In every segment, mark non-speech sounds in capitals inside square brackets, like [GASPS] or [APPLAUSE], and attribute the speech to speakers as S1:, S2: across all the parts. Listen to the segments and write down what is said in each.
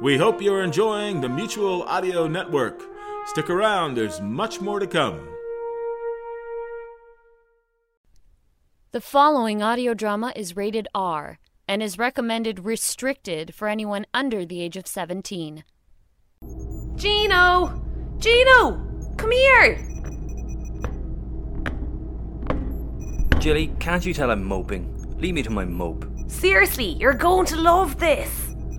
S1: We hope you're enjoying the Mutual Audio Network. Stick around, there's much more to come.
S2: The following audio drama is rated R and is recommended restricted for anyone under the age of 17.
S3: Gino! Gino! Come here!
S4: Jilly, can't you tell I'm moping? Leave me to my mope.
S3: Seriously, you're going to love this!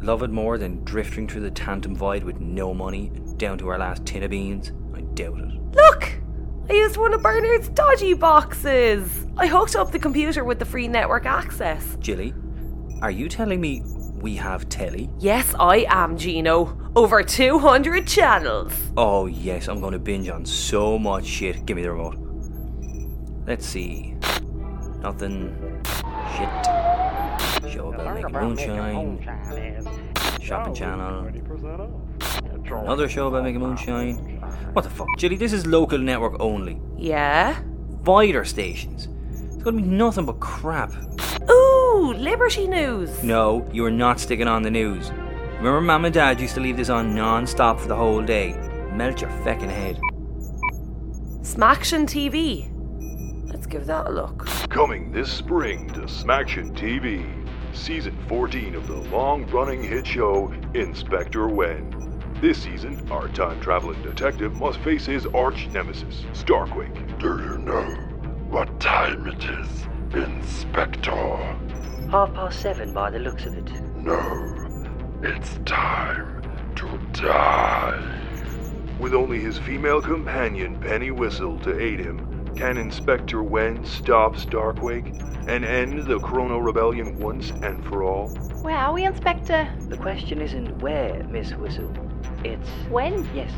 S4: Love it more than drifting through the tantum void with no money and down to our last tin of beans? I doubt it.
S3: Look! I used one of Bernard's dodgy boxes! I hooked up the computer with the free network access.
S4: Jilly, are you telling me we have telly?
S3: Yes, I am, Gino. Over 200 channels!
S4: Oh, yes, I'm gonna binge on so much shit. Give me the remote. Let's see. Nothing. Shit. Show about making moonshine. Shopping channel. Another show about making moonshine. What the fuck, Jilly? This is local network only.
S3: Yeah?
S4: Vider stations. It's gonna be nothing but crap.
S3: Ooh, Liberty News!
S4: No, you are not sticking on the news. Remember, Mum and Dad used to leave this on non stop for the whole day. Melt your feckin' head.
S3: Smaction TV. Let's give that a look.
S5: Coming this spring to Smaction TV, season 14 of the long running hit show Inspector Wen. This season, our time traveling detective must face his arch nemesis, Starquake. Do you know what time it is, Inspector?
S6: Half past seven by the looks of it.
S5: No, it's time to die. With only his female companion Penny Whistle to aid him, can Inspector Wen stop Starquake and end the Chrono Rebellion once and for all?
S7: Where are we, Inspector?
S6: The question isn't where, Miss Whistle. It's.
S7: When?
S6: Yes,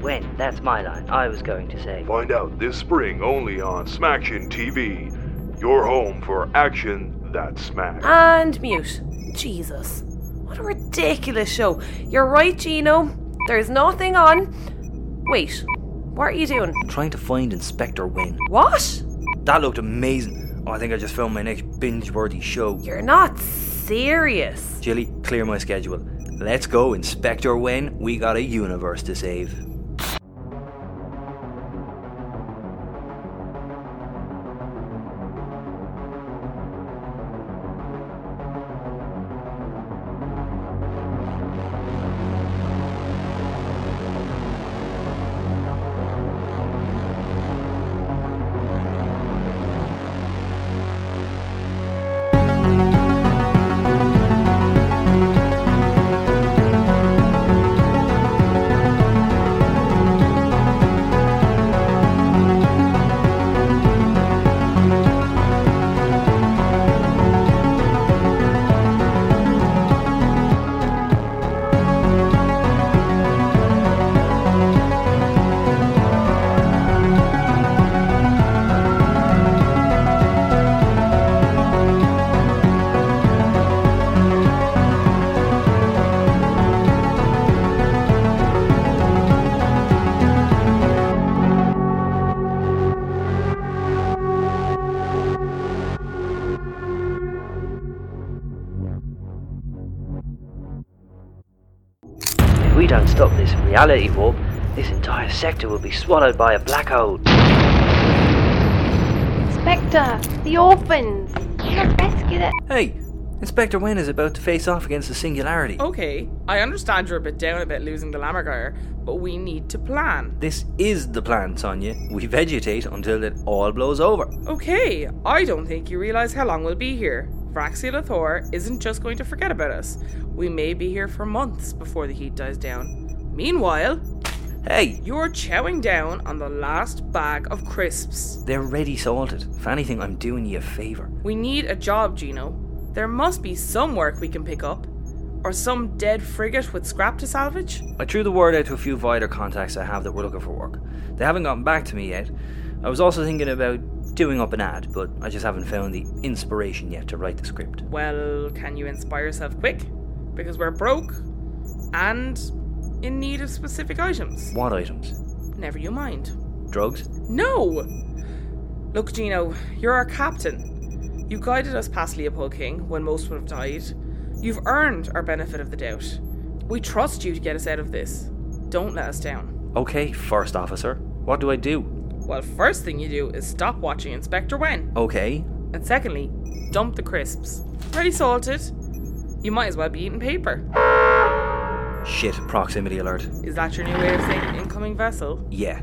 S6: when. That's my line. I was going to say.
S5: Find out this spring only on Smaction TV, your home for action that smacks.
S7: Ah,
S3: And mute. Jesus. What a ridiculous show. You're right, Gino. There's nothing on. Wait, what are you doing?
S4: Trying to find Inspector Wynne.
S3: What?
S4: That looked amazing. Oh, I think I just found my next binge worthy show.
S3: You're not serious.
S4: Jilly, clear my schedule. Let's go, Inspector Wynne. We got a universe to save.
S6: If we don't stop this reality warp, this entire sector will be swallowed by a black hole.
S7: Inspector, the orphans! Let's rescue them!
S4: Hey, Inspector Wynne is about to face off against the Singularity.
S8: Okay, I understand you're a bit down about losing the Lammergeier, but we need to plan.
S4: This is the plan, Sonia. We vegetate until it all blows over.
S8: Okay, I don't think you realise how long we'll be here. Vraxia Thor isn't just going to forget about us. We may be here for months before the heat dies down. Meanwhile,
S4: Hey,
S8: you're chowing down on the last bag of crisps.
S4: they're ready salted. If anything, I'm doing you a favour.
S8: We need a job, Gino. There must be some work we can pick up. Or some dead frigate with scrap to salvage?
S4: I threw the word out to a few Vider contacts I have that were looking for work. They haven't gotten back to me yet. I was also thinking about doing up an ad, but I just haven't found the inspiration yet to write the script.
S8: Well, can you inspire yourself quick? Because we're broke and in need of specific items.
S4: What items?
S8: Never you mind.
S4: Drugs?
S8: No! Look, Gino, you're our captain. You guided us past Leopold King when most would have died. You've earned our benefit of the doubt. We trust you to get us out of this. Don't let us down.
S4: Okay, first officer, what do I do?
S8: Well, first thing you do is stop watching Inspector Wen.
S4: Okay,
S8: And secondly, dump the crisps. Pretty salted. You might as well be eating paper.
S4: shit, proximity alert.
S8: Is that your new way of saying incoming vessel?
S4: Yeah.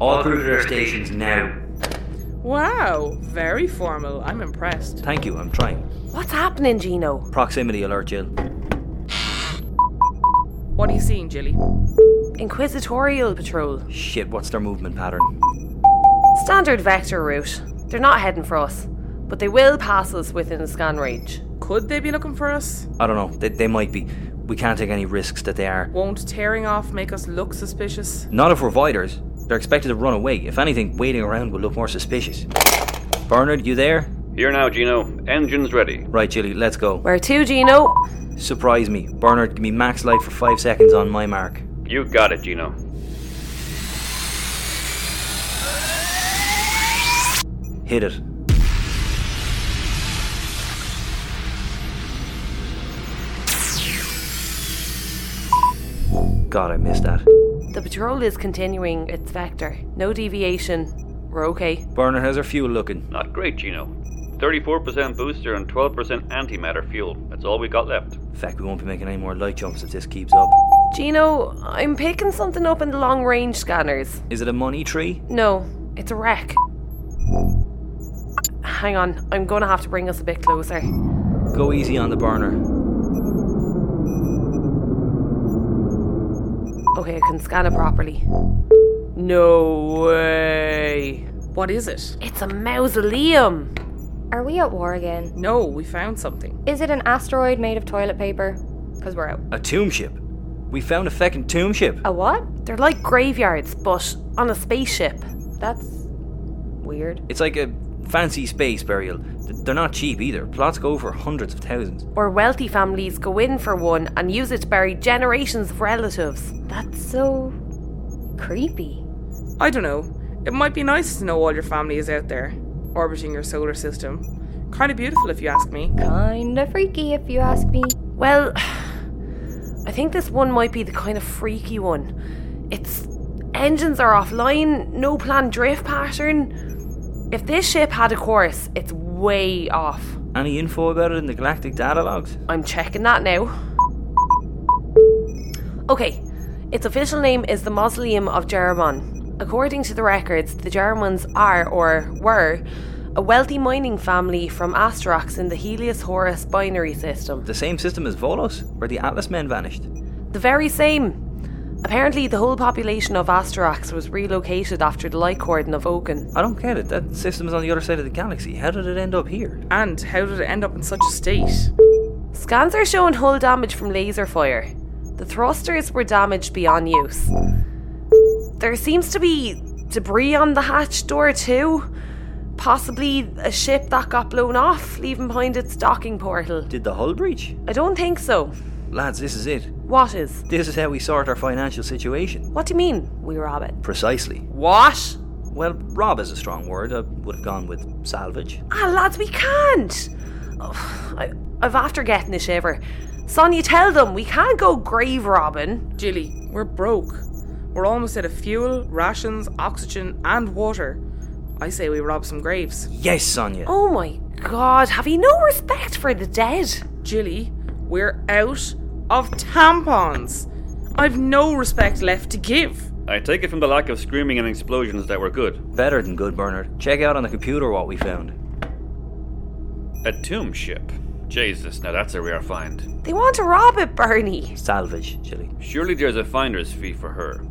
S4: All crew to their stations now.
S8: Wow, very formal. I'm impressed.
S4: Thank you, I'm trying.
S3: What's happening, Gino?
S4: Proximity alert, Jill.
S8: What are you seeing, Jilly?
S3: Inquisitorial patrol.
S4: Shit, what's their movement pattern?
S3: Standard vector route. They're not heading for us, but they will pass us within scan range.
S8: Could they be looking for us?
S4: I don't know, they, they might be. We can't take any risks that they are.
S8: Won't tearing off make us look suspicious?
S4: Not if we're voiders. They're expected to run away. If anything, waiting around will look more suspicious. Bernard, you there?
S9: Here now, Gino. Engines ready.
S4: Right, Jilly, let's go.
S3: Where to, Gino?
S4: Surprise me. Bernard, give me max light for five seconds on my mark.
S9: You got it, Gino.
S4: Hit it. God, I missed that.
S3: The patrol is continuing its vector. No deviation. We're okay.
S4: Bernard, how's our fuel looking?
S9: Not great, Gino. 34% booster and 12% antimatter fuel. That's all we got left.
S4: In fact, we won't be making any more light jumps if this keeps up.
S3: Gino, I'm picking something up in the long range scanners.
S4: Is it a money tree?
S3: No, it's a wreck. Hang on, I'm gonna have to bring us a bit closer.
S4: Go easy on the burner.
S3: Okay, I can scan it properly. No way.
S8: What is it?
S3: It's a mausoleum.
S7: Are we at war again?
S8: No, we found something.
S7: Is it an asteroid made of toilet paper? Because we're out.
S4: A tomb ship. We found a feckin' tomb ship.
S7: A what?
S3: They're like graveyards, but on a spaceship. That's weird.
S4: It's like a fancy space burial. Th- They're not cheap either. Plots go for hundreds of thousands.
S3: Where wealthy families go in for one and use it to bury generations of relatives.
S7: That's so creepy.
S8: I don't know. It might be nice to know all your family is out there, orbiting your solar system. Kinda beautiful if you ask me.
S7: Kinda freaky if you ask me.
S3: Well, [SIGHS] I think this one might be the kind of freaky one. It's engines are offline, no planned drift pattern. If this ship had a course, it's way off.
S4: Any info about it in the galactic data logs?
S3: I'm checking that now. Okay, its official name is the Mausoleum of Jereman. According to the records, the Jeremans are, or were, a wealthy mining family from Asterox in the Helios Horus binary system.
S4: The same system as Volos, where the Atlas men vanished.
S3: The very same. Apparently, the whole population of Asterox was relocated after the Lycordon of Oaken.
S4: I don't get it. That system's on the other side of the galaxy. How did it end up here?
S8: And how did it end up in such a state?
S3: Scans are showing hull damage from laser fire. The thrusters were damaged beyond use. There seems to be debris on the hatch door, too. Possibly a ship that got blown off, leaving behind its docking portal.
S4: Did the hull breach?
S3: I don't think so.
S4: Lads, this is it.
S3: What is?
S4: This is how we sort our financial situation.
S3: What do you mean, we rob it?
S4: Precisely.
S3: What?
S4: Well, rob is a strong word. I would have gone with salvage.
S3: Ah, lads, we can't. Oh, I, I've after getting a shiver. Sonia, tell them we can't go grave robbing.
S8: Jilly, we're broke. We're almost out of fuel, rations, oxygen, and water. I say we rob some graves.
S4: Yes, Sonia.
S3: Oh my god, have you no respect for the dead?
S8: Jilly, we're out of tampons. I've no respect left to give.
S9: I take it from the lack of screaming and explosions that were good.
S4: Better than good, Bernard. Check out on the computer what we found.
S9: A tomb ship. Jesus, now that's a rare find.
S3: They want to rob it, Bernie.
S4: Salvage, Chili.
S9: Surely there's a finder's fee for her.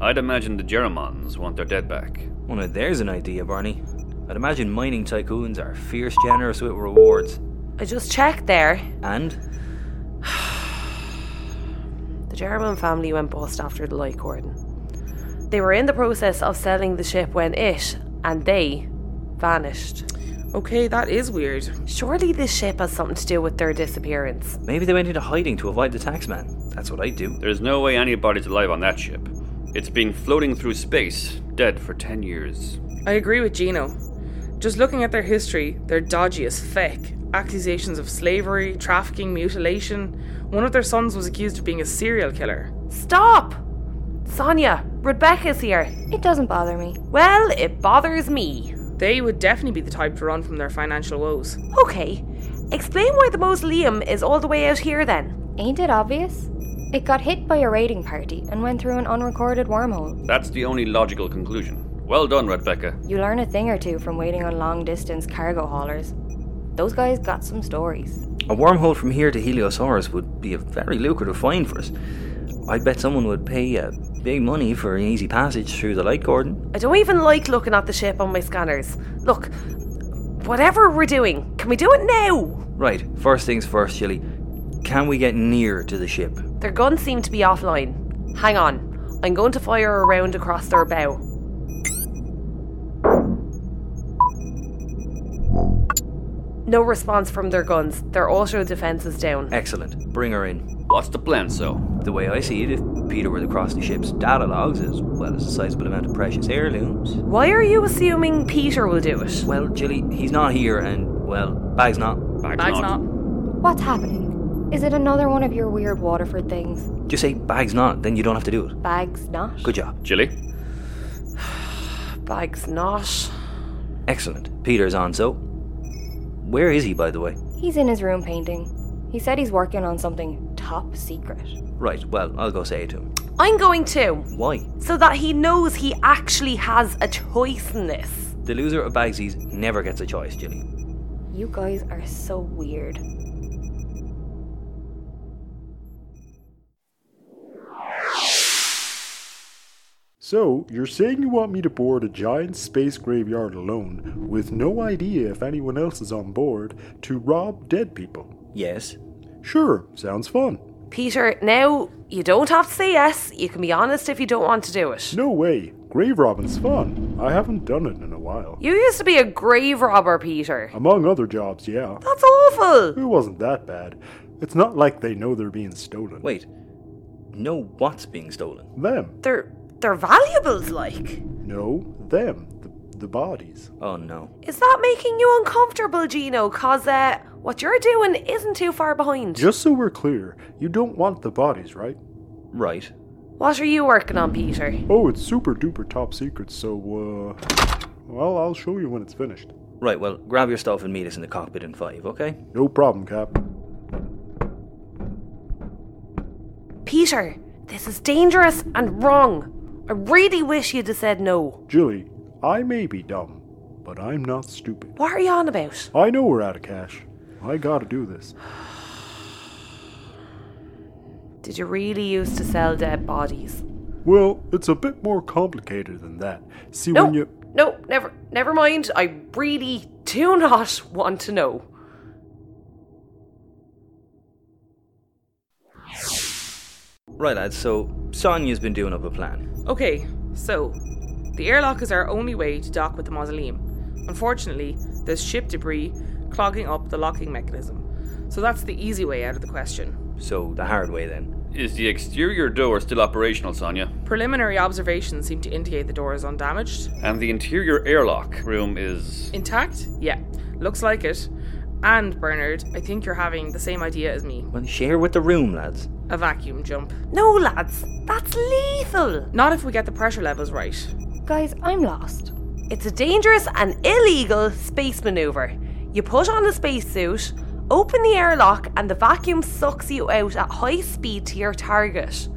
S9: I'd imagine the Jeremons want their dead back.
S4: Well, now there's an idea, Barney. I'd imagine mining tycoons are fierce generous with rewards.
S3: I just checked there.
S4: And
S3: The German family went bust after the Lycordon. They were in the process of selling the ship when it and they vanished.
S8: Okay, that is weird.
S3: Surely this ship has something to do with their disappearance.
S4: maybe they went into hiding to avoid the taxman. That's what I'd do.
S9: There's no way anybody's alive on that ship. It's been floating through space, dead for 10 years.
S8: I agree with Gino. Just looking at their history, they're dodgy as feck. Accusations of slavery, trafficking, mutilation. One of their sons was accused of being a serial killer.
S3: Stop! Sonia, Rebecca's here.
S7: It doesn't bother me.
S3: Well, it bothers me.
S8: They would definitely be the type to run from their financial woes.
S3: Okay, explain why the mausoleum is all the way out here then.
S7: Ain't it obvious? It got hit by a raiding party and went through an unrecorded wormhole.
S9: That's the only logical conclusion. Well done, Rebecca.
S7: You learn a thing or two from waiting on long distance cargo haulers. Those guys got some stories.
S4: A wormhole from here to Heliosaurus would be a very lucrative find for us. I bet someone would pay uh, big money for an easy passage through the light cordon.
S3: I don't even like looking at the ship on my scanners. Look, whatever we're doing, can we do it now?
S4: Right, first things first, Chili. Can we get near to the ship?
S3: Their guns seem to be offline. Hang on, I'm going to fire a round across their bow. No response from their guns. Their auto defense is down.
S4: Excellent. Bring her in.
S9: What's the plan, so?
S4: The way I see it, if Peter were to cross the ship's data logs as well as a sizable amount of precious heirlooms.
S3: Why are you assuming Peter will do it?
S4: Well, Chili, he's not here, and, well, Bag's not.
S9: Bag's,
S8: Bag's
S9: not.
S8: not.
S7: What's happening? Is it another one of your weird Waterford things?
S4: Just say Bag's not, then you don't have to do it.
S7: Bags not?
S4: Good job.
S9: Chili?
S3: Bag's not.
S4: Excellent. Peter's on, so. Where is he, by the way?
S7: He's in his room painting. He said he's working on something top secret.
S4: Right, well, I'll go say it to him.
S3: I'm going to,
S4: Why?
S3: so that he knows he actually has a choice in this.
S4: The loser of Bagsy's never gets a choice, Jilly.
S7: You guys are so weird.
S10: So, you're saying you want me to board a giant space graveyard alone, with no idea if anyone else is on board, to rob dead people?
S4: Yes.
S10: Sure, sounds fun.
S3: Peter, now you don't have to say yes. You can be honest if you don't want to do it.
S10: No way, grave robbing's fun. I haven't done it in a while.
S3: You used to be a grave robber, Peter.
S10: Among other jobs, yeah.
S3: That's awful.
S10: It wasn't that bad. It's not like they know they're being stolen.
S4: Wait. No, what's being stolen?
S10: Them.
S3: They're they're valuables like.
S10: No, them. The, the bodies.
S4: Oh no.
S3: Is that making you uncomfortable, Gino? Cause uh, what you're doing isn't too far behind.
S10: Just so we're clear, you don't want the bodies, right?
S4: Right.
S3: What are you working on, Peter?
S10: Oh, it's super duper top secret, so, uh. Well, I'll show you when it's finished.
S4: Right, well, grab your stuff and meet us in the cockpit in five, okay?
S10: No problem, Cap.
S3: Peter, this is dangerous and wrong. I really wish you'd have said no.
S10: Jilly, I may be dumb, but I'm not stupid.
S3: What are you on about?
S10: I know we're out of cash. I gotta do this.
S3: Did you really used to sell dead bodies?
S10: Well, it's a bit more complicated than that. See,
S3: No,
S10: when you.
S3: no, never, never mind. I really do not want to know.
S4: Right, lads, so Sonia's been doing up a plan.
S8: Okay, so the airlock is our only way to dock with the mausoleum. Unfortunately, there's ship debris clogging up the locking mechanism. So that's the easy way out of the question.
S4: So, the hard way then.
S9: Is the exterior door still operational, Sonia?
S8: Preliminary observations seem to indicate the door is undamaged.
S9: And the interior airlock room is.
S8: Intact? Yeah, looks like it. And Bernard, I think you're having the same idea as me
S4: Well, share with the room, lads.
S8: a vacuum jump.
S3: No, lads, that's lethal.
S8: Not if we get the pressure levels right.
S7: Guys, I'm lost.
S3: It's a dangerous and illegal space maneuver. You put on a spacesuit, open the airlock, and the vacuum sucks you out at high speed to your target.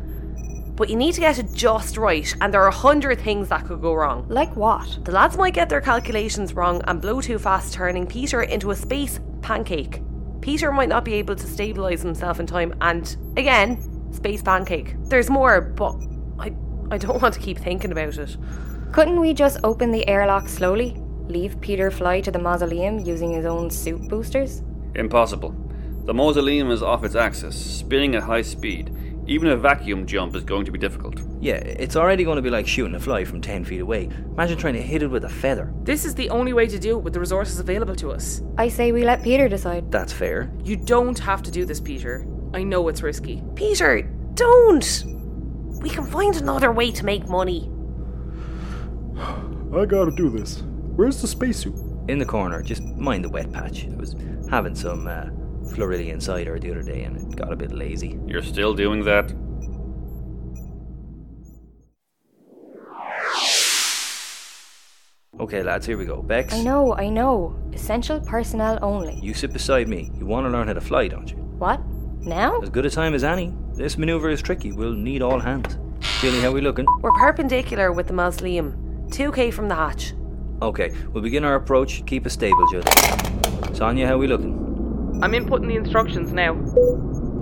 S3: But you need to get it just right, and there are a hundred things that could go wrong.
S7: Like what?
S3: The lads might get their calculations wrong and blow too fast, turning Peter into a space pancake. Peter might not be able to stabilize himself in time, and again, space pancake. There's more, but I, I don't [LAUGHS] want to keep thinking about it.
S7: Couldn't we just open the airlock slowly? Leave Peter fly to the mausoleum using his own suit boosters?
S9: Impossible. The mausoleum is off its axis, spinning at high speed. Even a vacuum jump is going to be difficult.
S4: Yeah, it's already going to be like shooting a fly from 10 feet away. Imagine trying to hit it with a feather.
S8: This is the only way to do it with the resources available to us.
S7: I say we let Peter decide.
S4: That's fair.
S8: You don't have to do this, Peter. I know it's risky.
S3: Peter, don't! We can find another way to make money.
S10: I gotta do this. Where's the spacesuit?
S4: In the corner, just mind the wet patch. I was having some uh, Floridian cider the other day and it got a bit lazy.
S9: You're still doing that?
S4: Okay, lads, here we go. Bex,
S7: I know, I know. Essential personnel only.
S4: you sit beside me. You want to learn how to fly, don't you?
S7: What? Now?
S4: As good a time as any. This maneuver is tricky. We'll need all hands. Billy, how we looking?
S3: We're perpendicular with the mausoleum, 2k from the hatch.
S4: Okay, we'll begin our approach. Keep us stable, Judd. Sonia, how we looking?
S8: I'm inputting the instructions now.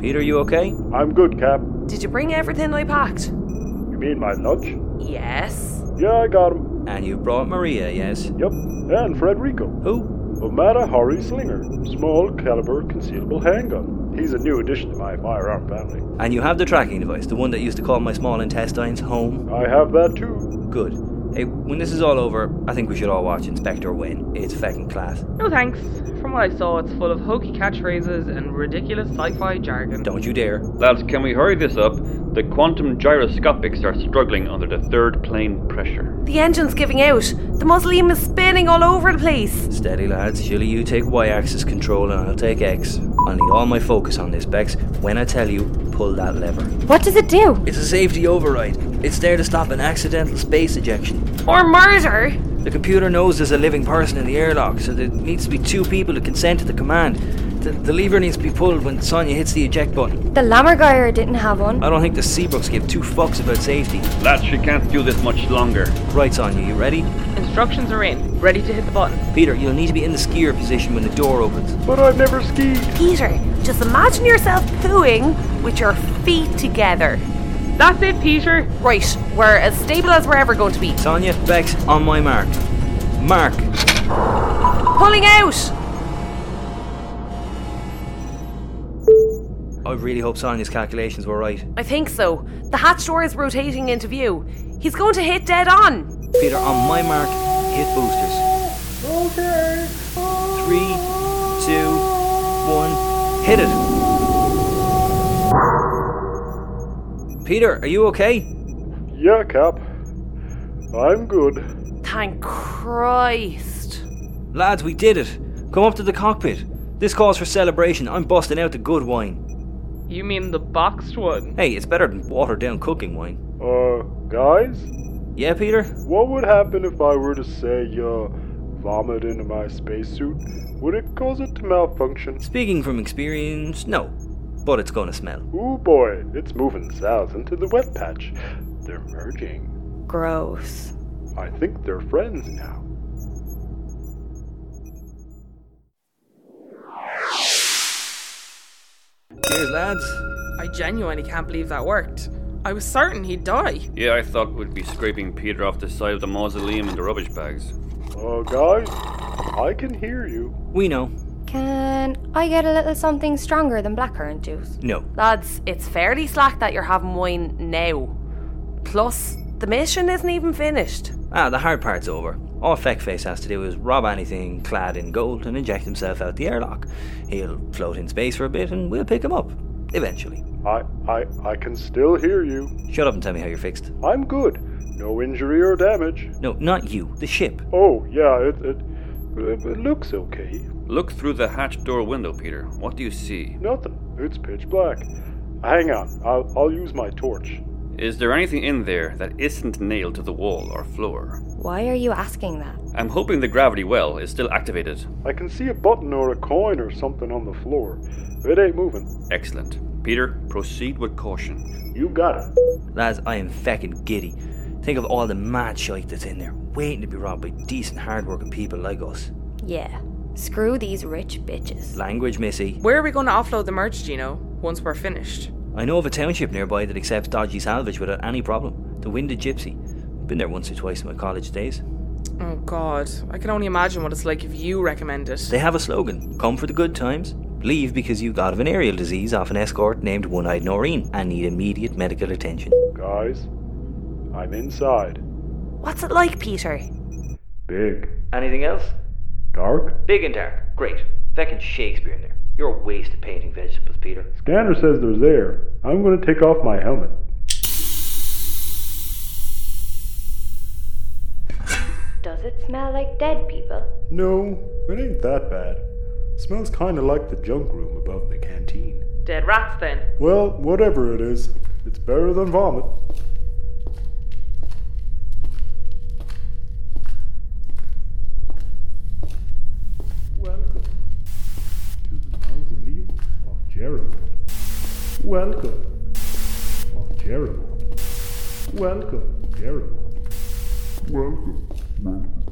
S4: Peter, you okay?
S10: I'm good, Cap.
S3: Did you bring everything I packed?
S10: You mean my lunch?
S3: Yes.
S10: Yeah, I got him.
S4: And you brought Maria, yes?
S10: Yep. And Frederico.
S4: Who?
S10: Omada Hari Slinger. Small caliber concealable handgun. He's a new addition to my firearm family.
S4: And you have the tracking device, the one that used to call my small intestines home?
S10: I have that too.
S4: Good. Hey, when this is all over, I think we should all watch Inspector Wynn. It's fucking class.
S8: No thanks. From what I saw, it's full of hokey catchphrases and ridiculous sci-fi jargon.
S4: Don't you dare.
S9: Lads, can we hurry this up? The quantum gyroscopics are struggling under the third plane pressure.
S3: The engine's giving out. The mausoleum is spinning all over the place.
S4: Steady, lads. Shilly, you take Y axis control and I'll take X. I'll need all my focus on this, Bex. When I tell you, pull that lever.
S7: What does it do?
S4: It's a safety override. It's there to stop an accidental space ejection.
S3: Or murder.
S4: The computer knows there's a living person in the airlock, so there needs to be two people to consent to the command. The, the lever needs to be pulled when Sonya hits the eject button.
S7: The Lammergeier didn't have one.
S4: I don't think the Seabrooks give two fucks about safety.
S9: Lads, she can't do this much longer.
S4: Right, Sonya, you ready?
S8: Instructions are in. Ready to hit the button.
S4: Peter, you'll need to be in the skier position when the door opens.
S10: But I've never skied.
S3: Peter, just imagine yourself pooing with your feet together.
S8: That's it, Peter.
S3: Right, we're as stable as we're ever going to be.
S4: Sonya, Bex, on my mark. Mark.
S3: Pulling out.
S4: I really hope Sonya's calculations were right.
S3: I think so. The hatch door is rotating into view. He's going to hit dead on.
S4: Peter, on my mark, hit boosters. Okay. Three, two, one, hit it. Peter, are you okay?
S10: Yeah, Cap. I'm good.
S3: Thank Christ.
S4: Lads, we did it. Come up to the cockpit. This calls for celebration. I'm busting out the good wine.
S8: You mean the boxed one?
S4: Hey, it's better than watered down cooking wine.
S10: Uh, guys?
S4: Yeah, Peter?
S10: What would happen if I were to say, uh, vomit into my spacesuit? Would it cause it to malfunction?
S4: Speaking from experience, no. But it's gonna smell.
S10: Ooh boy, it's moving south into the wet patch. They're merging.
S7: Gross.
S10: I think they're friends now.
S4: Cheers, lads.
S8: I genuinely can't believe that worked. I was certain he'd die.
S9: Yeah, I thought we'd be scraping Peter off the side of the mausoleum in the rubbish bags.
S10: Uh, guys? I can hear you.
S4: We know.
S7: Can I get a little something stronger than blackcurrant juice?
S4: No.
S3: Lads, it's fairly slack that you're having wine now. Plus, the mission isn't even finished.
S4: Ah, the hard part's over. All Feckface has to do is rob anything clad in gold and inject himself out the airlock. He'll float in space for a bit and we'll pick him up. Eventually.
S10: I, I, I can still hear you.
S4: Shut up and tell me how you're fixed.
S10: I'm good. No injury or damage.
S4: No, not you, the ship.
S10: Oh, yeah, it, it, it, it looks okay.
S9: Look through the hatch door window, Peter. What do you see?
S10: Nothing. It's pitch black. Hang on, I'll, I'll use my torch.
S9: Is there anything in there that isn't nailed to the wall or floor?
S7: Why are you asking that?
S9: I'm hoping the gravity well is still activated.
S10: I can see a button or a coin or something on the floor. It ain't moving.
S9: Excellent. Peter, proceed with caution.
S10: You got it.
S4: Lads, I am feckin' giddy. Think of all the mad shite that's in there, waiting to be robbed by decent, hard-working people like us.
S7: Yeah. Screw these rich bitches.
S4: Language, missy.
S8: Where are we going to offload the merch, Gino, once we're finished?
S4: I know of a township nearby that accepts dodgy salvage without any problem. The Winded Gypsy. Been there once or twice in my college days.
S8: Oh, God. I can only imagine what it's like if you recommend it.
S4: They have a slogan come for the good times, leave because you got a venereal disease off an escort named One Eyed Noreen and need immediate medical attention.
S10: Guys, I'm inside.
S3: What's it like, Peter?
S10: Big.
S4: Anything else?
S10: Dark?
S4: Big and dark. Great. Feckin' Shakespeare in there. You're a waste of painting vegetables, Peter.
S10: Scanner says there's air. I'm gonna take off my helmet.
S7: Does it smell like dead people?
S10: No, it ain't that bad. Smells kinda like the junk room above the canteen.
S8: Dead rats, then.
S10: Well, whatever it is, it's better than vomit. Welcome to the mausoleum of Jeroboam. Welcome of Jeroboam. Welcome, Jeroboam. Welcome.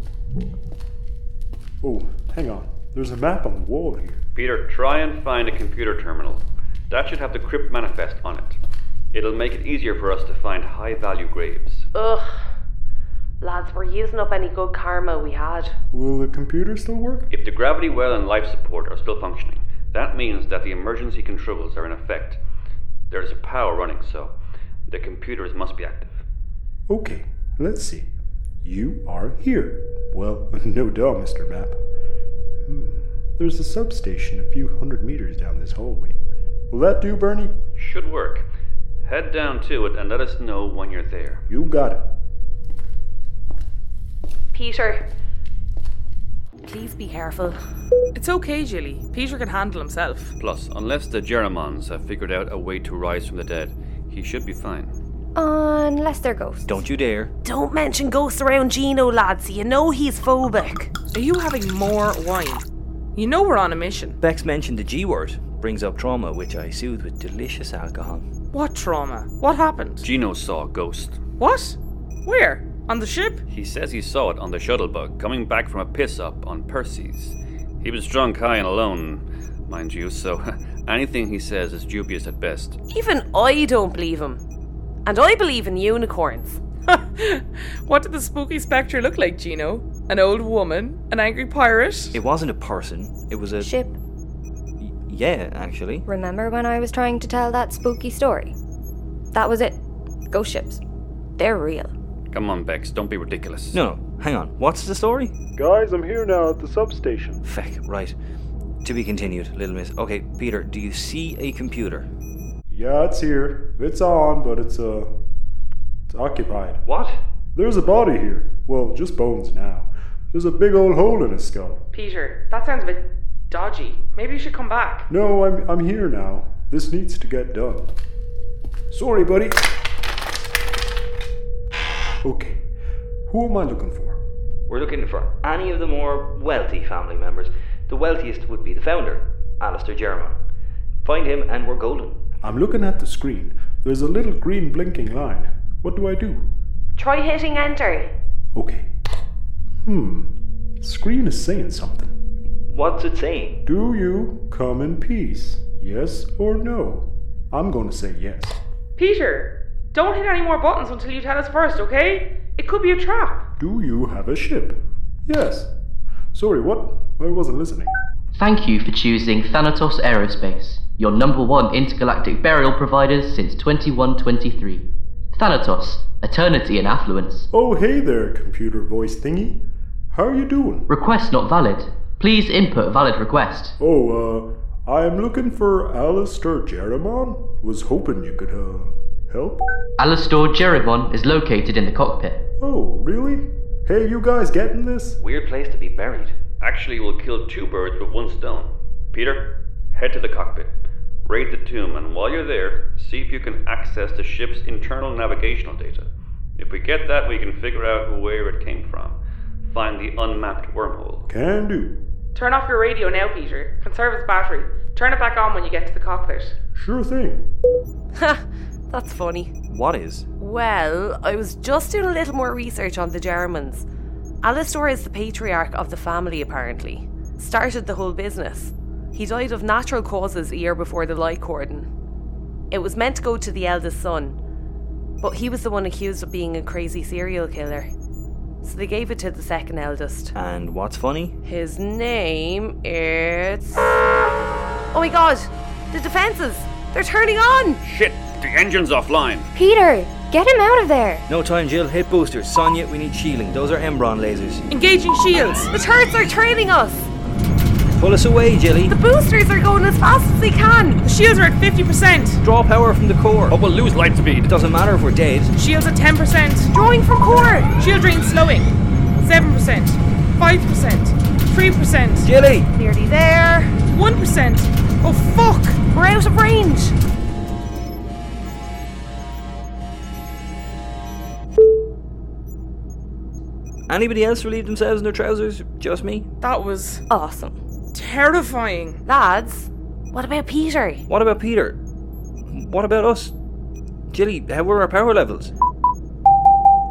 S10: Oh, hang on. There's a map on the wall here.
S9: Peter, try and find a computer terminal. That should have the crypt manifest on it. It'll make it easier for us to find high value graves.
S3: Ugh. Lads, we're using up any good karma we had.
S10: Will the computer still work?
S9: If the gravity well and life support are still functioning, that means that the emergency controls are in effect. There is a power running, so the computers must be active.
S10: Okay, let's see. You are here. Well, [LAUGHS] no duh, Mr. Map. Hmm. There's a substation a few hundred meters down this hallway. Will that do, Bernie?
S9: Should work. Head down to it and let us know when you're there.
S10: You got it.
S3: Peter, please be careful.
S8: It's okay, Jilly. Peter can handle himself.
S9: Plus, unless the Jeremons have figured out a way to rise from the dead, he should be fine.
S7: Unless they're ghosts.
S4: Don't you dare.
S3: Don't mention ghosts around Gino, lads. You know he's phobic.
S8: Are you having more wine? You know we're on a mission.
S4: Bex mentioned the G word. Brings up trauma, which I soothe with delicious alcohol.
S8: What trauma? What happened?
S9: Gino saw a ghost.
S8: What? Where? On the ship?
S9: He says he saw it on the shuttlebug coming back from a piss up on Percy's. He was drunk, high, and alone, mind you, so [LAUGHS] anything he says is dubious at best.
S3: Even I don't believe him. And I believe in unicorns.
S8: What did the spooky spectre look like, Gino? An old woman? An angry pirate?
S4: It wasn't a person, it was a.
S7: Ship.
S4: Yeah, actually.
S7: Remember when I was trying to tell that spooky story? That was it. Ghost ships. They're real.
S9: Come on, Bex, don't be ridiculous.
S4: No, no, hang on. What's the story?
S10: Guys, I'm here now at the substation.
S4: Feck, right. To be continued, little miss. Okay, Peter, do you see a computer?
S10: Yeah, it's here. It's on, but it's uh it's occupied.
S9: What?
S10: There's a body here. Well, just bones now. There's a big old hole in his skull.
S8: Peter, that sounds a bit dodgy. Maybe you should come back.
S10: No, I'm I'm here now. This needs to get done. Sorry, buddy. Okay. Who am I looking for?
S6: We're looking for any of the more wealthy family members. The wealthiest would be the founder, Alistair Jermon. Find him and we're golden.
S10: I'm looking at the screen. There's a little green blinking line. What do I do?
S3: Try hitting enter.
S10: Okay. Hmm. Screen is saying something.
S6: What's it saying?
S10: Do you come in peace? Yes or no? I'm going to say yes.
S8: Peter, don't hit any more buttons until you tell us first, okay? It could be a trap.
S10: Do you have a ship? Yes. Sorry, what? I wasn't listening.
S11: Thank you for choosing Thanatos Aerospace, your number one intergalactic burial providers since 2123. Thanatos, eternity and affluence.
S10: Oh, hey there, computer voice thingy. How are you doing?
S11: Request not valid. Please input valid request.
S10: Oh, uh, I am looking for Alistair Jeremon. Was hoping you could, uh, help?
S11: Alastor Jerimon is located in the cockpit.
S10: Oh, really? Hey, you guys getting this?
S6: Weird place to be buried.
S9: Actually, we'll kill two birds with one stone. Peter, head to the cockpit. Raid the tomb, and while you're there, see if you can access the ship's internal navigational data. If we get that, we can figure out where it came from. Find the unmapped wormhole.
S10: Can do.
S8: Turn off your radio now, Peter. Conserve its battery. Turn it back on when you get to the cockpit.
S10: Sure thing.
S3: Ha! That's funny.
S4: What is?
S3: Well, I was just doing a little more research on the Germans. Alistair is the patriarch of the family, apparently. Started the whole business. He died of natural causes a year before the Lycordon. It was meant to go to the eldest son, but he was the one accused of being a crazy serial killer. So they gave it to the second eldest.
S4: And what's funny?
S3: His name is. Oh my god! The defences! They're turning on!
S9: Shit, the engine's offline.
S7: Peter, get him out of there.
S4: No time, Jill. Hit boosters. Sonya, we need shielding. Those are Embron lasers.
S8: Engaging shields.
S3: The turrets are trailing us!
S4: Pull us away, Jilly.
S3: The boosters are going as fast as they can!
S8: The shields are at 50%.
S4: Draw power from the core.
S9: Or we'll lose light speed.
S4: Doesn't matter if we're dead.
S8: Shields at 10%.
S3: Drawing from core!
S8: Shield drain slowing. 7%. 5%. 3%.
S4: Gilly!
S3: Nearly there.
S8: 1%. Oh, fuck!
S3: We're out of range.
S4: Anybody else relieve themselves in their trousers? Just me?
S8: That was
S3: awesome.
S8: Terrifying.
S3: Lads, what about Peter?
S4: What about Peter? What about us? Jilly, how were our power levels?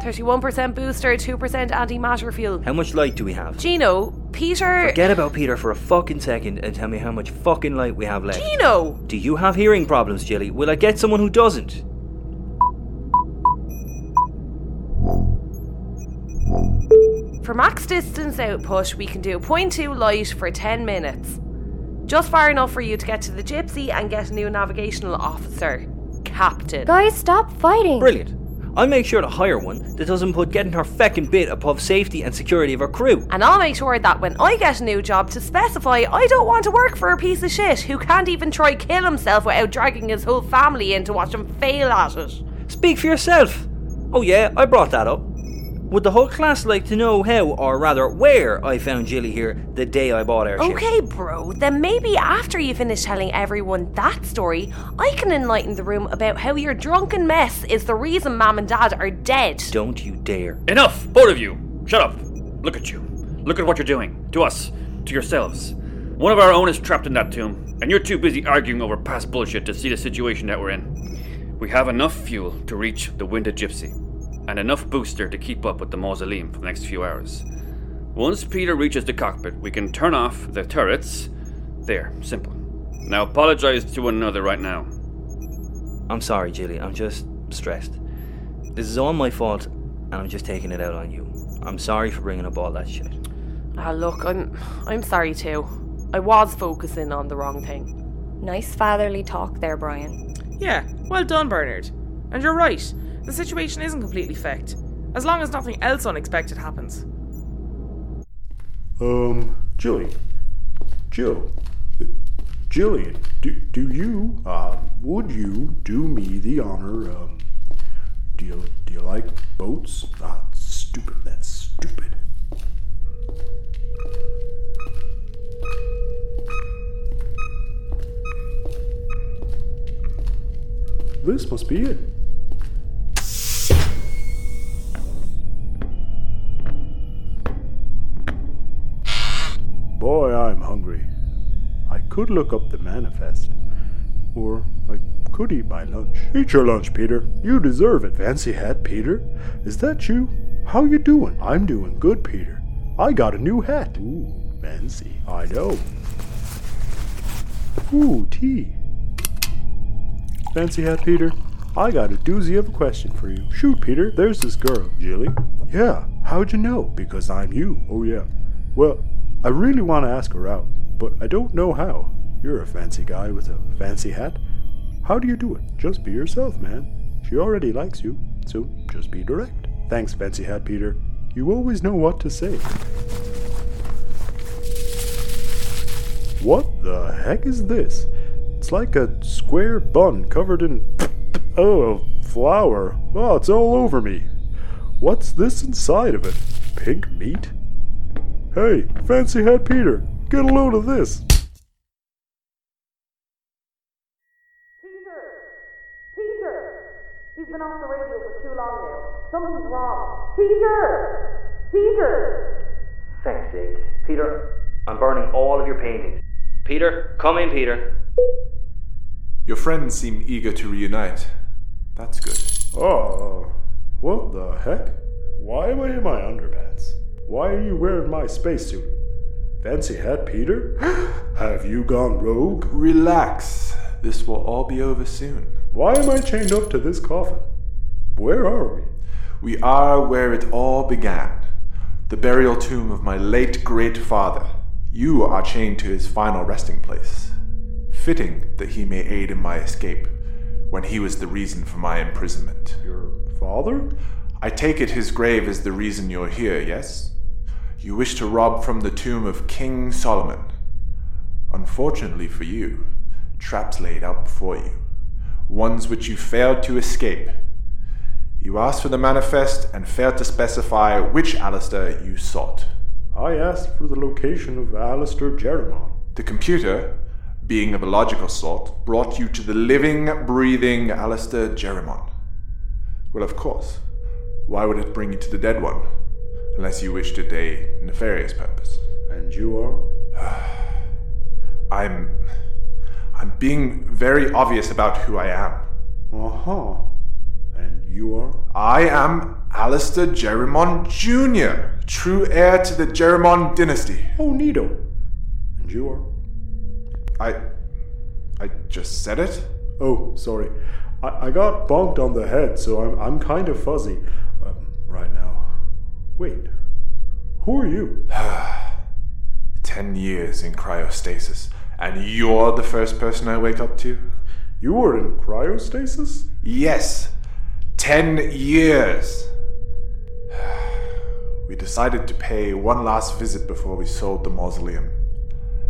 S3: 31% booster, 2% antimatter fuel.
S4: How much light do we have?
S3: Gino, Peter.
S4: Forget about Peter for a fucking second and tell me how much fucking light we have left.
S3: Gino!
S4: Do you have hearing problems, Jilly? Will I get someone who doesn't?
S3: For max distance output, we can do 0.2 light for 10 minutes. Just far enough for you to get to the gypsy and get a new navigational officer. Captain.
S7: Guys, stop fighting.
S4: Brilliant. I'll make sure to hire one that doesn't put getting her feckin' bit above safety and security of her crew.
S3: And I'll make sure that when I get a new job to specify I don't want to work for a piece of shit who can't even try kill himself without dragging his whole family in to watch him fail at it.
S4: Speak for yourself. Oh yeah, I brought that up. Would the whole class like to know how, or rather where, I found Jilly here the day I bought our ship?
S3: Okay, bro, then maybe after you finish telling everyone that story, I can enlighten the room about how your drunken mess is the reason mom and dad are dead.
S4: Don't you dare.
S12: Enough, both of you! Shut up! Look at you. Look at what you're doing. To us. To yourselves. One of our own is trapped in that tomb, and you're too busy arguing over past bullshit to see the situation that we're in. We have enough fuel to reach the Winded Gypsy and enough booster to keep up with the mausoleum for the next few hours. Once Peter reaches the cockpit, we can turn off the turrets. There, simple. Now apologize to one another right now.
S4: I'm sorry, Jilly, I'm just stressed. This is all my fault, and I'm just taking it out on you. I'm sorry for bringing up all that shit.
S3: Ah, look, I'm, I'm sorry too. I was focusing on the wrong thing.
S7: Nice fatherly talk there, Brian.
S8: Yeah, well done, Bernard. And you're right the situation isn't completely fecked, as long as nothing else unexpected happens.
S10: Um, Jillian. Jill. Jillian, do, do you, uh, would you do me the honor, um, do you, do you like boats? Ah, stupid, that's stupid. This must be it. Boy, I'm hungry. I could look up the manifest. Or I could eat my lunch. Eat your lunch, Peter. You deserve it. Fancy hat, Peter. Is that you? How you doing? I'm doing good, Peter. I got a new hat. Ooh, fancy. I know. Ooh, tea. Fancy hat, Peter. I got a doozy of a question for you. Shoot, Peter. There's this girl, Jilly. Yeah, how'd you know? Because I'm you. Oh, yeah. Well, I really want to ask her out, but I don't know how. You're a fancy guy with a fancy hat. How do you do it? Just be yourself, man. She already likes you, so just be direct. Thanks, fancy hat Peter. You always know what to say. What the heck is this? It's like a square bun covered in. Oh, flour. Oh, it's all over me. What's this inside of it? Pink meat? Hey, fancy hat Peter, get a load of this.
S13: Peter! Peter! You've been off the radio for too long now. Something's wrong. Peter! Peter!
S6: Thanks, sake. Peter, I'm burning all of your paintings. Peter, come in, Peter.
S14: Your friends seem eager to reunite. That's good.
S10: Oh, what the heck? Why am I in my underpants? Why are you wearing my spacesuit? Fancy hat, Peter? [GASPS] Have you gone rogue?
S14: Relax. This will all be over soon.
S10: Why am I chained up to this coffin? Where are we?
S14: We are where it all began the burial tomb of my late great father. You are chained to his final resting place. Fitting that he may aid in my escape, when he was the reason for my imprisonment.
S10: Your father?
S14: I take it his grave is the reason you're here, yes? You wish to rob from the tomb of King Solomon. Unfortunately for you, traps laid out before you, ones which you failed to escape. You asked for the manifest and failed to specify which Alistair you sought.
S10: I asked for the location of Alistair Jeremiah.
S14: The computer, being of a logical sort, brought you to the living, breathing Alistair Jeremon. Well, of course. Why would it bring you to the dead one? Unless you wished it a nefarious purpose.
S10: And you are?
S14: [SIGHS] I'm. I'm being very obvious about who I am.
S10: Uh huh. And you are?
S14: I am Alistair Jeremon Jr., true heir to the Jeremon dynasty.
S10: Oh, Nito. And you are?
S14: I. I just said it?
S10: Oh, sorry. I, I got bonked on the head, so I'm, I'm kind of fuzzy um, right now. Wait, who are you?
S14: Ten years in cryostasis, and you're the first person I wake up to?
S10: You were in cryostasis?
S14: Yes, ten years. We decided to pay one last visit before we sold the mausoleum.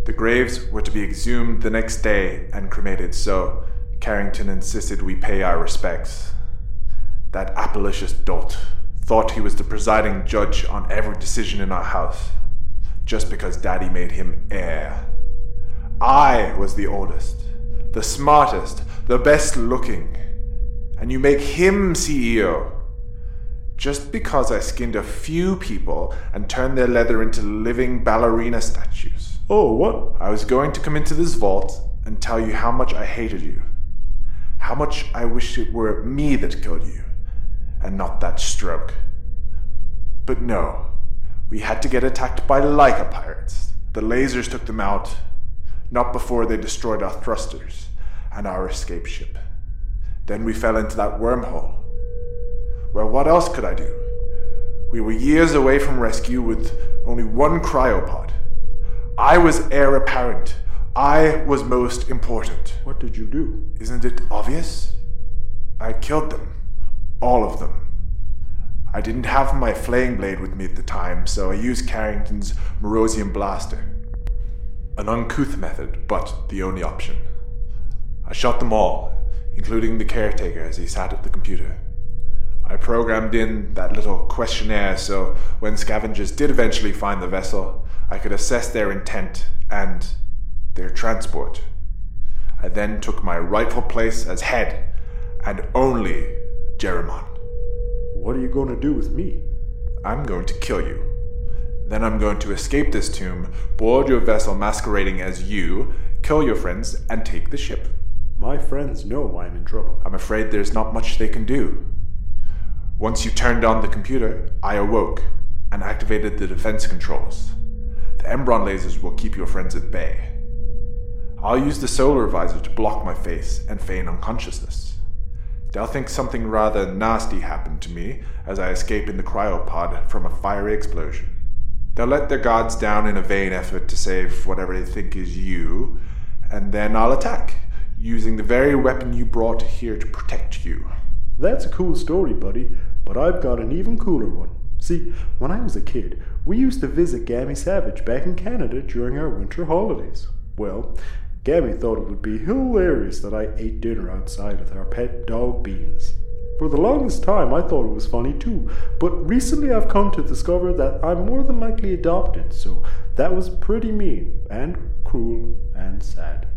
S14: The graves were to be exhumed the next day and cremated, so Carrington insisted we pay our respects. That Appalicious dolt thought he was the presiding judge on every decision in our house, just because Daddy made him heir. I was the oldest, the smartest, the best looking, and you make him CEO. Just because I skinned a few people and turned their leather into living ballerina statues.
S10: Oh, what?
S14: I was going to come into this vault and tell you how much I hated you. How much I wish it were me that killed you, and not that stroke. But no, we had to get attacked by Leica pirates. The lasers took them out, not before they destroyed our thrusters and our escape ship. Then we fell into that wormhole. Well, what else could I do? We were years away from rescue with only one cryopod. I was heir apparent. I was most important.
S10: What did you do?
S14: Isn't it obvious? I killed them. All of them. I didn't have my flaying blade with me at the time, so I used Carrington's Morosium blaster. An uncouth method, but the only option. I shot them all, including the caretaker as he sat at the computer. I programmed in that little questionnaire so when scavengers did eventually find the vessel, I could assess their intent and their transport. I then took my rightful place as head and only Jeremon.
S10: What are you going to do with me?
S14: I'm going to kill you. Then I'm going to escape this tomb, board your vessel masquerading as you, kill your friends, and take the ship.
S10: My friends know I'm in trouble.
S14: I'm afraid there's not much they can do. Once you turned on the computer, I awoke and activated the defense controls. The Embron lasers will keep your friends at bay. I'll use the solar visor to block my face and feign unconsciousness. They'll think something rather nasty happened to me as I escape in the cryopod from a fiery explosion. They'll let their guards down in a vain effort to save whatever they think is you, and then I'll attack, using the very weapon you brought here to protect you.
S10: That's a cool story, buddy, but I've got an even cooler one. See, when I was a kid, we used to visit Gammy Savage back in Canada during our winter holidays. Well, Gammy thought it would be hilarious that I ate dinner outside with our pet dog Beans. For the longest time, I thought it was funny too, but recently I've come to discover that I'm more than likely adopted, so that was pretty mean and cruel and sad.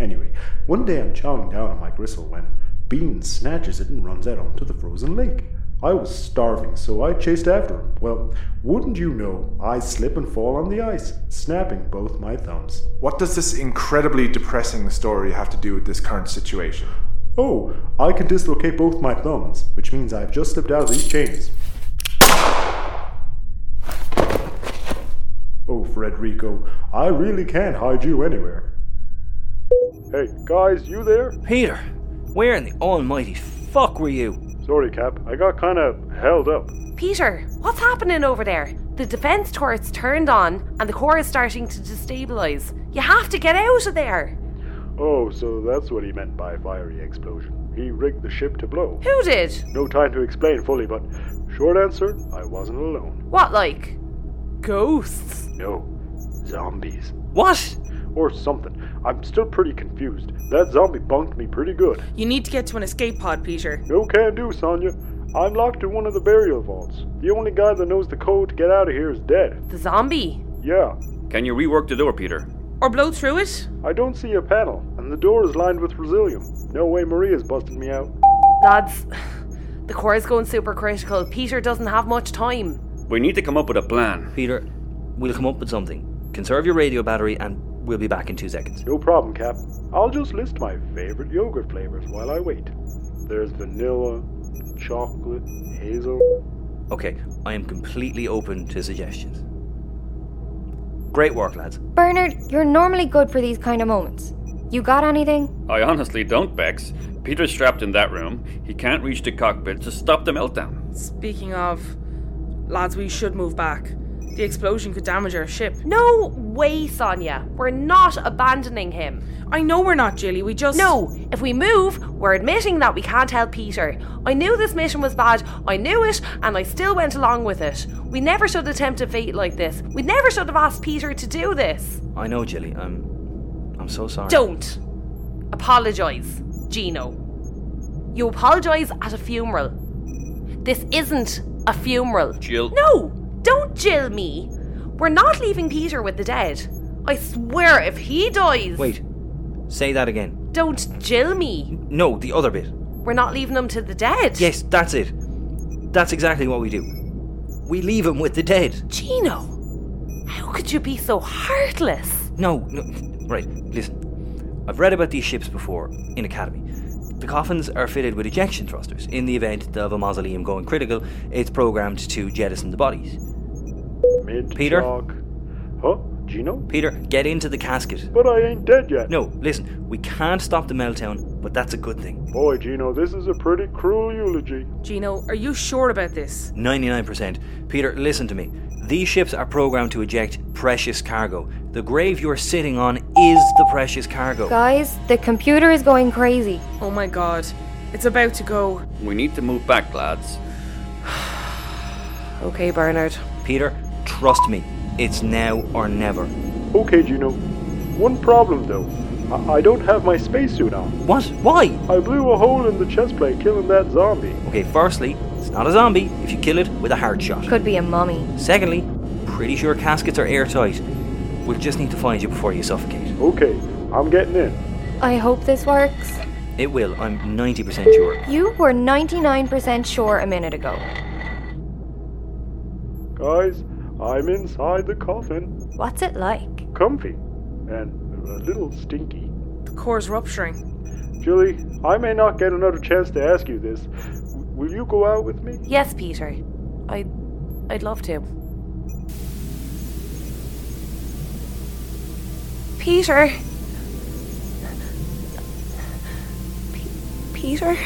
S10: Anyway, one day I'm chowing down on my gristle when Bean snatches it and runs out onto the frozen lake. I was starving, so I chased after him. Well, wouldn't you know, I slip and fall on the ice, snapping both my thumbs.
S14: What does this incredibly depressing story have to do with this current situation?
S10: Oh, I can dislocate both my thumbs, which means I've just slipped out of these chains. Oh, Frederico, I really can hide you anywhere. Hey, guys, you there?
S4: Peter, where in the almighty fuck were you?
S10: Sorry, Cap, I got kinda held up.
S3: Peter, what's happening over there? The defense turret's turned on and the core is starting to destabilize. You have to get out of there!
S10: Oh, so that's what he meant by fiery explosion. He rigged the ship to blow.
S3: Who did?
S10: No time to explain fully, but short answer, I wasn't alone.
S3: What like? Ghosts?
S10: No, zombies.
S4: What?
S10: Or something. I'm still pretty confused. That zombie bunked me pretty good.
S8: You need to get to an escape pod, Peter.
S10: No can do, Sonya. I'm locked in one of the burial vaults. The only guy that knows the code to get out of here is dead.
S3: The zombie?
S10: Yeah.
S12: Can you rework the door, Peter?
S8: Or blow through it?
S10: I don't see a panel, and the door is lined with resilium. No way Maria's busted me out.
S3: Lads, the core is going super critical. Peter doesn't have much time.
S12: We need to come up with a plan.
S4: Peter, we'll come up with something. Conserve your radio battery and we'll be back in two seconds.
S10: No problem, Cap. I'll just list my favorite yogurt flavors while I wait. There's vanilla, chocolate, hazel.
S4: Okay, I am completely open to suggestions. Great work, lads.
S7: Bernard, you're normally good for these kind of moments. You got anything?
S12: I honestly don't, Bex. Peter's trapped in that room. He can't reach the cockpit to stop the meltdown.
S8: Speaking of, lads, we should move back. The explosion could damage our ship.
S3: No way, Sonia. We're not abandoning him.
S8: I know we're not, Jilly. We just.
S3: No, if we move, we're admitting that we can't help Peter. I knew this mission was bad, I knew it, and I still went along with it. We never should attempt a fate like this. We never should have asked Peter to do this.
S4: I know, Jilly. I'm. I'm so sorry.
S3: Don't. Apologise, Gino. You apologise at a funeral. This isn't a funeral.
S12: Jill.
S3: No! Don't Jill me! We're not leaving Peter with the dead. I swear, if he dies.
S4: Wait. Say that again.
S3: Don't Jill me!
S4: No, the other bit.
S3: We're not leaving him to the dead.
S4: Yes, that's it. That's exactly what we do. We leave him with the dead.
S3: Gino! How could you be so heartless?
S4: No, no. Right, listen. I've read about these ships before in Academy. The coffins are fitted with ejection thrusters. In the event of a mausoleum going critical, it's programmed to jettison the bodies.
S10: Mid
S4: Peter?
S10: chalk. Huh? Gino?
S4: Peter, get into the casket.
S10: But I ain't dead yet.
S4: No, listen, we can't stop the meltdown, but that's a good thing.
S10: Boy, Gino, this is a pretty cruel eulogy.
S8: Gino, are you sure about this?
S4: 99%. Peter, listen to me. These ships are programmed to eject precious cargo. The grave you're sitting on is the precious cargo.
S7: Guys, the computer is going crazy.
S8: Oh my god. It's about to go.
S12: We need to move back, lads.
S3: Okay, Bernard.
S4: Peter, trust me, it's now or never.
S10: Okay, Gino. One problem, though. I, I don't have my spacesuit on.
S4: What? Why?
S10: I blew a hole in the chestplate killing that zombie.
S4: Okay, firstly, it's not a zombie if you kill it with a hard shot.
S7: Could be a mummy.
S4: Secondly, pretty sure caskets are airtight. We'll just need to find you before you suffocate.
S3: Oh.
S10: Okay, I'm getting in.
S7: I hope this works.
S4: It will, I'm 90% sure.
S7: You were 99% sure a minute ago.
S10: Guys, I'm inside the coffin.
S7: What's it like?
S10: Comfy. And a little stinky.
S8: The core's rupturing.
S10: Julie, I may not get another chance to ask you this. W- Will you go out with me?
S3: Yes, Peter. I. I'd love to. Peter. P- Peter.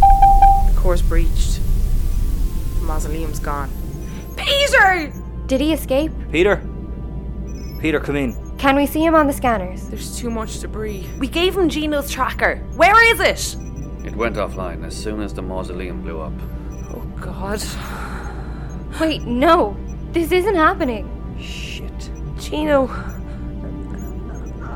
S8: The core's breached. The mausoleum's gone.
S3: Peter!
S7: Did he escape?
S4: Peter? Peter, come in.
S7: Can we see him on the scanners?
S8: There's too much debris.
S3: We gave him Gino's tracker. Where is it?
S12: It went offline as soon as the mausoleum blew up.
S3: Oh, God.
S7: Wait, no. This isn't happening.
S4: Shit.
S3: Gino.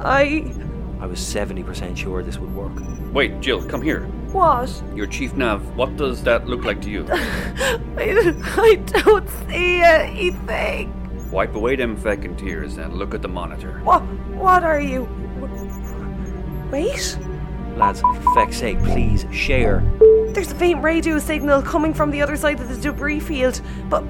S3: I.
S4: I was 70% sure this would work.
S12: Wait, Jill, come here.
S3: What?
S12: Your chief nav, what does that look like to you?
S3: I, I don't see anything.
S12: Wipe away them feckin' tears and look at the monitor.
S3: What? What are you? Wait.
S4: Lads, for feck's sake, please share.
S3: There's a faint radio signal coming from the other side of the debris field, but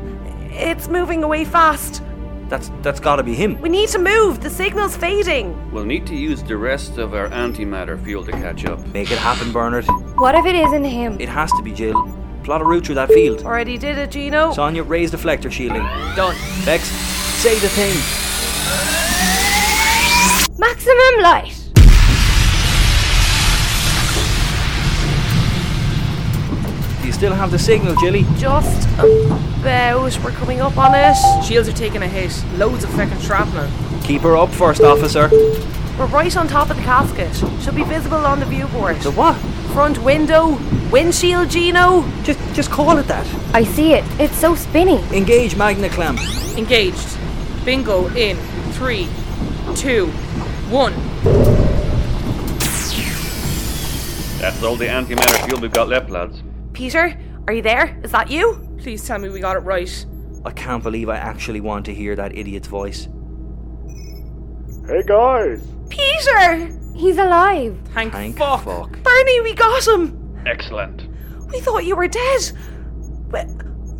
S3: it's moving away fast.
S4: That's that's gotta be him.
S3: We need to move. The signal's fading.
S12: We'll need to use the rest of our antimatter fuel to catch up.
S4: Make it happen, Bernard.
S7: What if it isn't him?
S4: It has to be Jill. Plot a route through that field.
S3: Already did it, Gino.
S4: Sonia, raise deflector shielding.
S3: Done.
S4: Bex, say the thing.
S7: Maximum light!
S4: Do you still have the signal, Jilly?
S3: Just about. We're coming up on it.
S8: Shields are taking a hit. Loads of feckin' shrapnel.
S4: Keep her up first, officer.
S3: We're right on top of the casket. Should be visible on the viewport.
S4: The what?
S3: Front window, windshield, Gino.
S4: Just just call it that.
S7: I see it. It's so spinny.
S4: Engage magna clamp.
S8: Engaged. Bingo in three, two, one.
S9: That's all the antimatter fuel we've got left, lads.
S3: Peter, are you there? Is that you?
S8: Please tell me we got it right.
S4: I can't believe I actually want to hear that idiot's voice.
S10: Hey guys!
S3: Peter!
S7: He's alive.
S8: Thank,
S4: fuck.
S3: Bernie, we got him!
S9: Excellent.
S3: We thought you were dead. But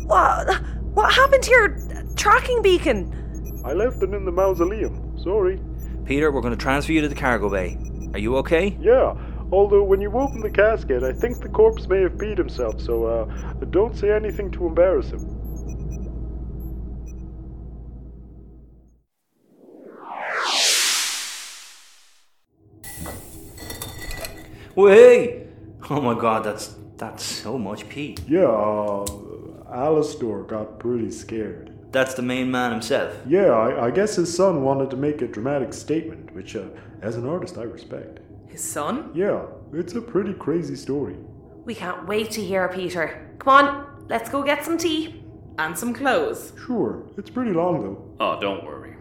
S3: what? What happened to your tracking beacon?
S10: I left them in the mausoleum. Sorry.
S4: Peter, we're going to transfer you to the cargo bay. Are you okay?
S10: Yeah, although when you open the casket, I think the corpse may have peed himself, so uh, don't say anything to embarrass him.
S4: Way! Oh my god, that's that's so much pee.
S10: Yeah, uh, Alastor got pretty scared.
S4: That's the main man himself.
S10: Yeah, I, I guess his son wanted to make a dramatic statement, which, uh, as an artist, I respect.
S8: His son?
S10: Yeah, it's a pretty crazy story.
S3: We can't wait to hear, Peter. Come on, let's go get some tea.
S8: And some clothes.
S10: Sure, it's pretty long though.
S9: Oh, don't worry.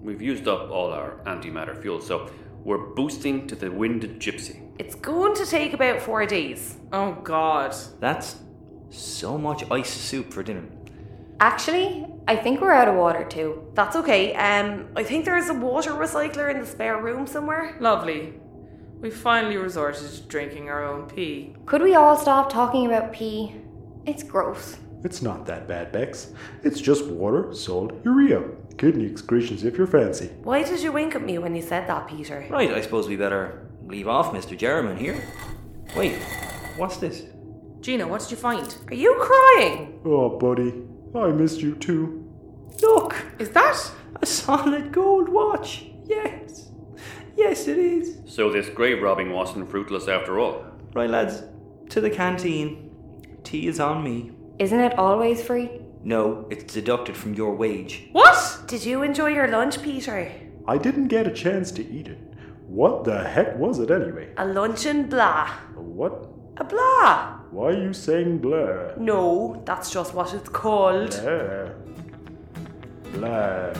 S9: We've used up all our antimatter fuel, so we're boosting to the Winded Gypsy.
S3: It's going to take about four days.
S8: Oh, God.
S4: That's so much ice soup for dinner.
S7: Actually, I think we're out of water too.
S3: That's okay. Um, I think there is a water recycler in the spare room somewhere.
S8: Lovely. We finally resorted to drinking our own pee.
S7: Could we all stop talking about pee? It's gross.
S10: It's not that bad, Bex. It's just water, salt, urea, kidney excretions if you're fancy.
S3: Why did you wink at me when you said that, Peter?
S4: Right, I suppose we better leave off Mr. Jerriman here. Wait, what's this?
S8: Gina, what did you find?
S3: Are you crying?
S10: Oh, buddy, I missed you too.
S4: Look,
S8: Is that?
S4: a solid gold watch. Yes. Yes, it is.
S9: So this grave robbing wasn't fruitless after all.
S4: Right, lads, to the canteen. Tea is on me.
S7: Isn't it always free?
S4: No, it's deducted from your wage.
S8: What?
S3: Did you enjoy your lunch, Peter?
S10: I didn't get a chance to eat it. What the heck was it anyway?
S3: A luncheon blah.
S10: What?
S3: A blah!
S10: Why are you saying blur?
S3: No, that's just what it's called.
S10: Blur. Blur.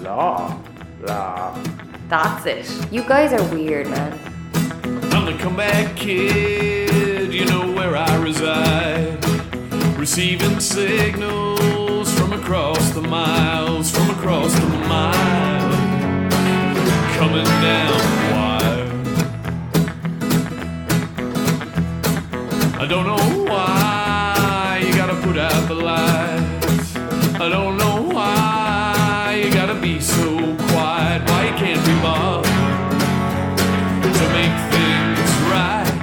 S10: Blah. Blah.
S3: That's it.
S7: You guys are weird, man.
S15: I'm the comeback kid, you know where I reside. Receiving signals from across the miles, from across the mile. Coming down the wire. I don't know why you gotta put out the lights. I don't know why you gotta be so quiet, why you can't be bothered to make things right.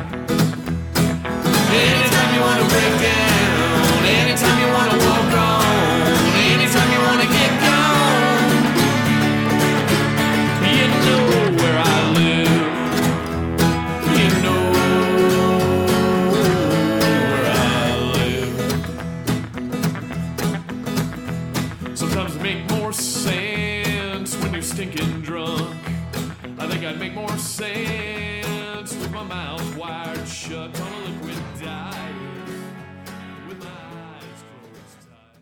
S15: Anytime you wanna break down, anytime you wanna walk on, anytime you wanna get gone, you know where I live. You know where I live. Sometimes it make more sense when you're stinking drunk. I think I'd make more sense with my mouth wired shut on a liquid diet. With my eyes closed tight.